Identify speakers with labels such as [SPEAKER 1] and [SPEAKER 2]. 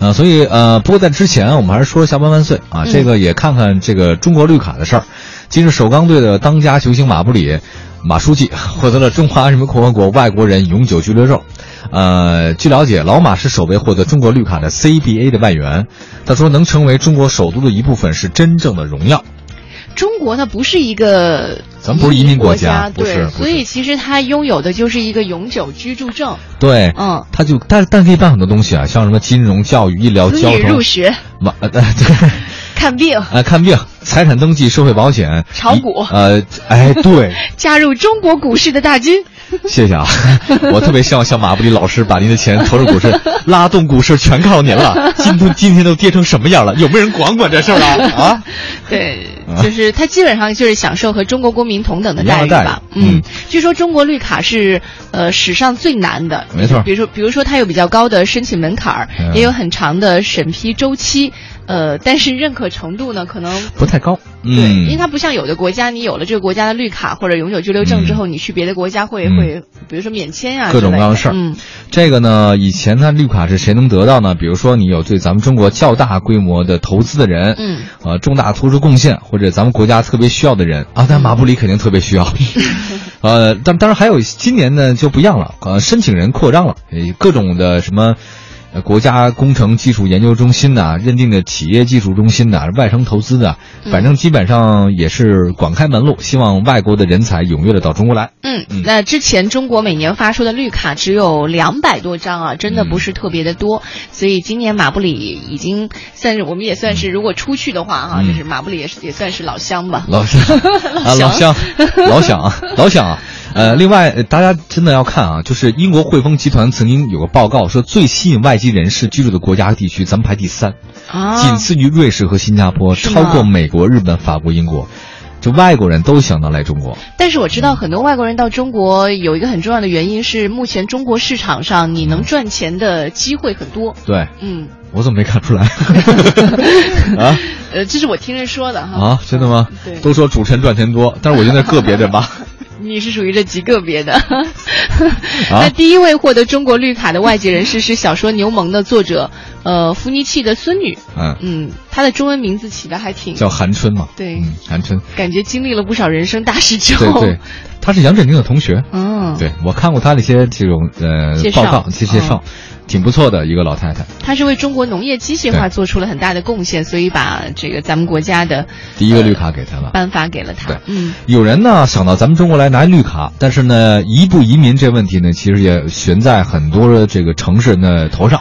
[SPEAKER 1] 呃，所以呃，不过在之前我们还是说下班万岁
[SPEAKER 2] 嗯
[SPEAKER 1] 啊，这个也看看这个中国绿卡的事儿。今日首钢队的当家球星马布里。马书记获得了中华人民共和国外国人永久居留证。呃，据了解，老马是首位获得中国绿卡的 CBA 的外援。他说，能成为中国首都的一部分是真正的荣耀。
[SPEAKER 2] 中国它不是一个，
[SPEAKER 1] 咱不是移民
[SPEAKER 2] 国
[SPEAKER 1] 家，不
[SPEAKER 2] 对，
[SPEAKER 1] 是
[SPEAKER 2] 所以其实它拥有的就是一个永久居住证。
[SPEAKER 1] 对，
[SPEAKER 2] 嗯，
[SPEAKER 1] 他就但但可以办很多东西啊，像什么金融、教育、医疗、
[SPEAKER 2] 子
[SPEAKER 1] 交
[SPEAKER 2] 女
[SPEAKER 1] 通、
[SPEAKER 2] 入学、
[SPEAKER 1] 晚呃对。
[SPEAKER 2] 看病、
[SPEAKER 1] 啊、看病、财产登记、社会保险、
[SPEAKER 2] 炒股
[SPEAKER 1] 一呃，哎，对，
[SPEAKER 2] 加入中国股市的大 军。
[SPEAKER 1] 谢谢啊！我特别希望像马布里老师把您的钱投入股市，拉动股市全靠您了。今天今天都跌成什么样了？有没有人管管这事儿了啊？
[SPEAKER 2] 对
[SPEAKER 1] 啊，
[SPEAKER 2] 就是他基本上就是享受和中国国民同等的待
[SPEAKER 1] 一样的
[SPEAKER 2] 遇
[SPEAKER 1] 待
[SPEAKER 2] 吧。
[SPEAKER 1] 遇嗯
[SPEAKER 2] 嗯，据说中国绿卡是呃史上最难的，
[SPEAKER 1] 没错
[SPEAKER 2] 比如说，比如说它有比较高的申请门槛儿
[SPEAKER 1] 啊嗯，
[SPEAKER 2] 也有很长的审批周期，呃，但是认可程度呢，可能
[SPEAKER 1] 不太高，
[SPEAKER 2] 对，因为
[SPEAKER 1] 嗯，
[SPEAKER 2] 它不像有的国家，你有了这个国家的绿卡或者永久居留证之后，你去别的国家会
[SPEAKER 1] 嗯
[SPEAKER 2] 会，比如说免签啊，
[SPEAKER 1] 各种
[SPEAKER 2] 之类的
[SPEAKER 1] 各样的事儿
[SPEAKER 2] 嗯，
[SPEAKER 1] 这个呢，以前它绿卡是谁能得到呢？比如说你有对咱们中国较大规模的投资的人，
[SPEAKER 2] 嗯，
[SPEAKER 1] 呃，重大突出贡献或者咱们国家特别需要的人啊，但马布里肯定特别需要。呃，但当然还有今年呢就不一样了，呃，申请人扩张了，呃各种的什么。呃国家工程技术研究中心呐、认定的企业技术中心呐、外商投资的，反正基本上也是广开门路，希望外国的人才踊跃的到中国来。
[SPEAKER 2] 嗯
[SPEAKER 1] 嗯，
[SPEAKER 2] 那之前中国每年发出的绿卡只有两百多张啊，真的不是特别的多，
[SPEAKER 1] 嗯
[SPEAKER 2] 所以今年马布里已经算是我们也算是，如果出去的话哈、
[SPEAKER 1] 嗯
[SPEAKER 2] 就是马布里也是也算是老乡吧。
[SPEAKER 1] 老乡 啊，老乡， 老乡啊，老乡啊。呃，另外，呃大家真的要看啊，就是英国汇丰集团曾经有个报告说，最吸引外籍人士居住的国家和地区，咱们排第三，
[SPEAKER 2] 啊
[SPEAKER 1] 仅次于瑞士和新加坡，
[SPEAKER 2] 是吗
[SPEAKER 1] 超过美国、日本、法国、英国。就外国人都想到来中国，
[SPEAKER 2] 但是我知道很多外国人到中国有一个很重要的原因是，目前中国市场上你能赚钱的机会很多。
[SPEAKER 1] 对
[SPEAKER 2] 嗯，
[SPEAKER 1] 我怎么没看出 来 啊
[SPEAKER 2] 呃，这是我听人说的哈。
[SPEAKER 1] 啊？真的吗？
[SPEAKER 2] 对
[SPEAKER 1] 都说主持人赚钱多，但是我觉得个别的 吧。
[SPEAKER 2] 你是属于这极个别 的。
[SPEAKER 1] 啊
[SPEAKER 2] 那第一位获得中国绿卡的外籍人士是小说《牛虻》的作者，呃，伏尼契的孙女。
[SPEAKER 1] 嗯，
[SPEAKER 2] 嗯，她的中文名字起的还挺，
[SPEAKER 1] 叫韩春嘛。
[SPEAKER 2] 对
[SPEAKER 1] 嗯，韩春，
[SPEAKER 2] 感觉经历了不少人生大事之
[SPEAKER 1] 对
[SPEAKER 2] 后。
[SPEAKER 1] 对，他是杨振宁的同学。
[SPEAKER 2] 嗯，，
[SPEAKER 1] 对，我看过她的一些这种呃
[SPEAKER 2] 介绍嗯
[SPEAKER 1] 报告，介介绍，挺不错的一个老太太。
[SPEAKER 2] 她是为中国农业机械化
[SPEAKER 1] 对
[SPEAKER 2] 做出了很大的贡献，所以把这个咱们国家的
[SPEAKER 1] 第一个绿卡给她了。
[SPEAKER 2] 颁发给了
[SPEAKER 1] 对
[SPEAKER 2] 她。嗯，
[SPEAKER 1] 有人呢想到咱们中国来拿绿卡，但是呢，移不移民这问题呢，其实也悬在很多的这个城市人的头上。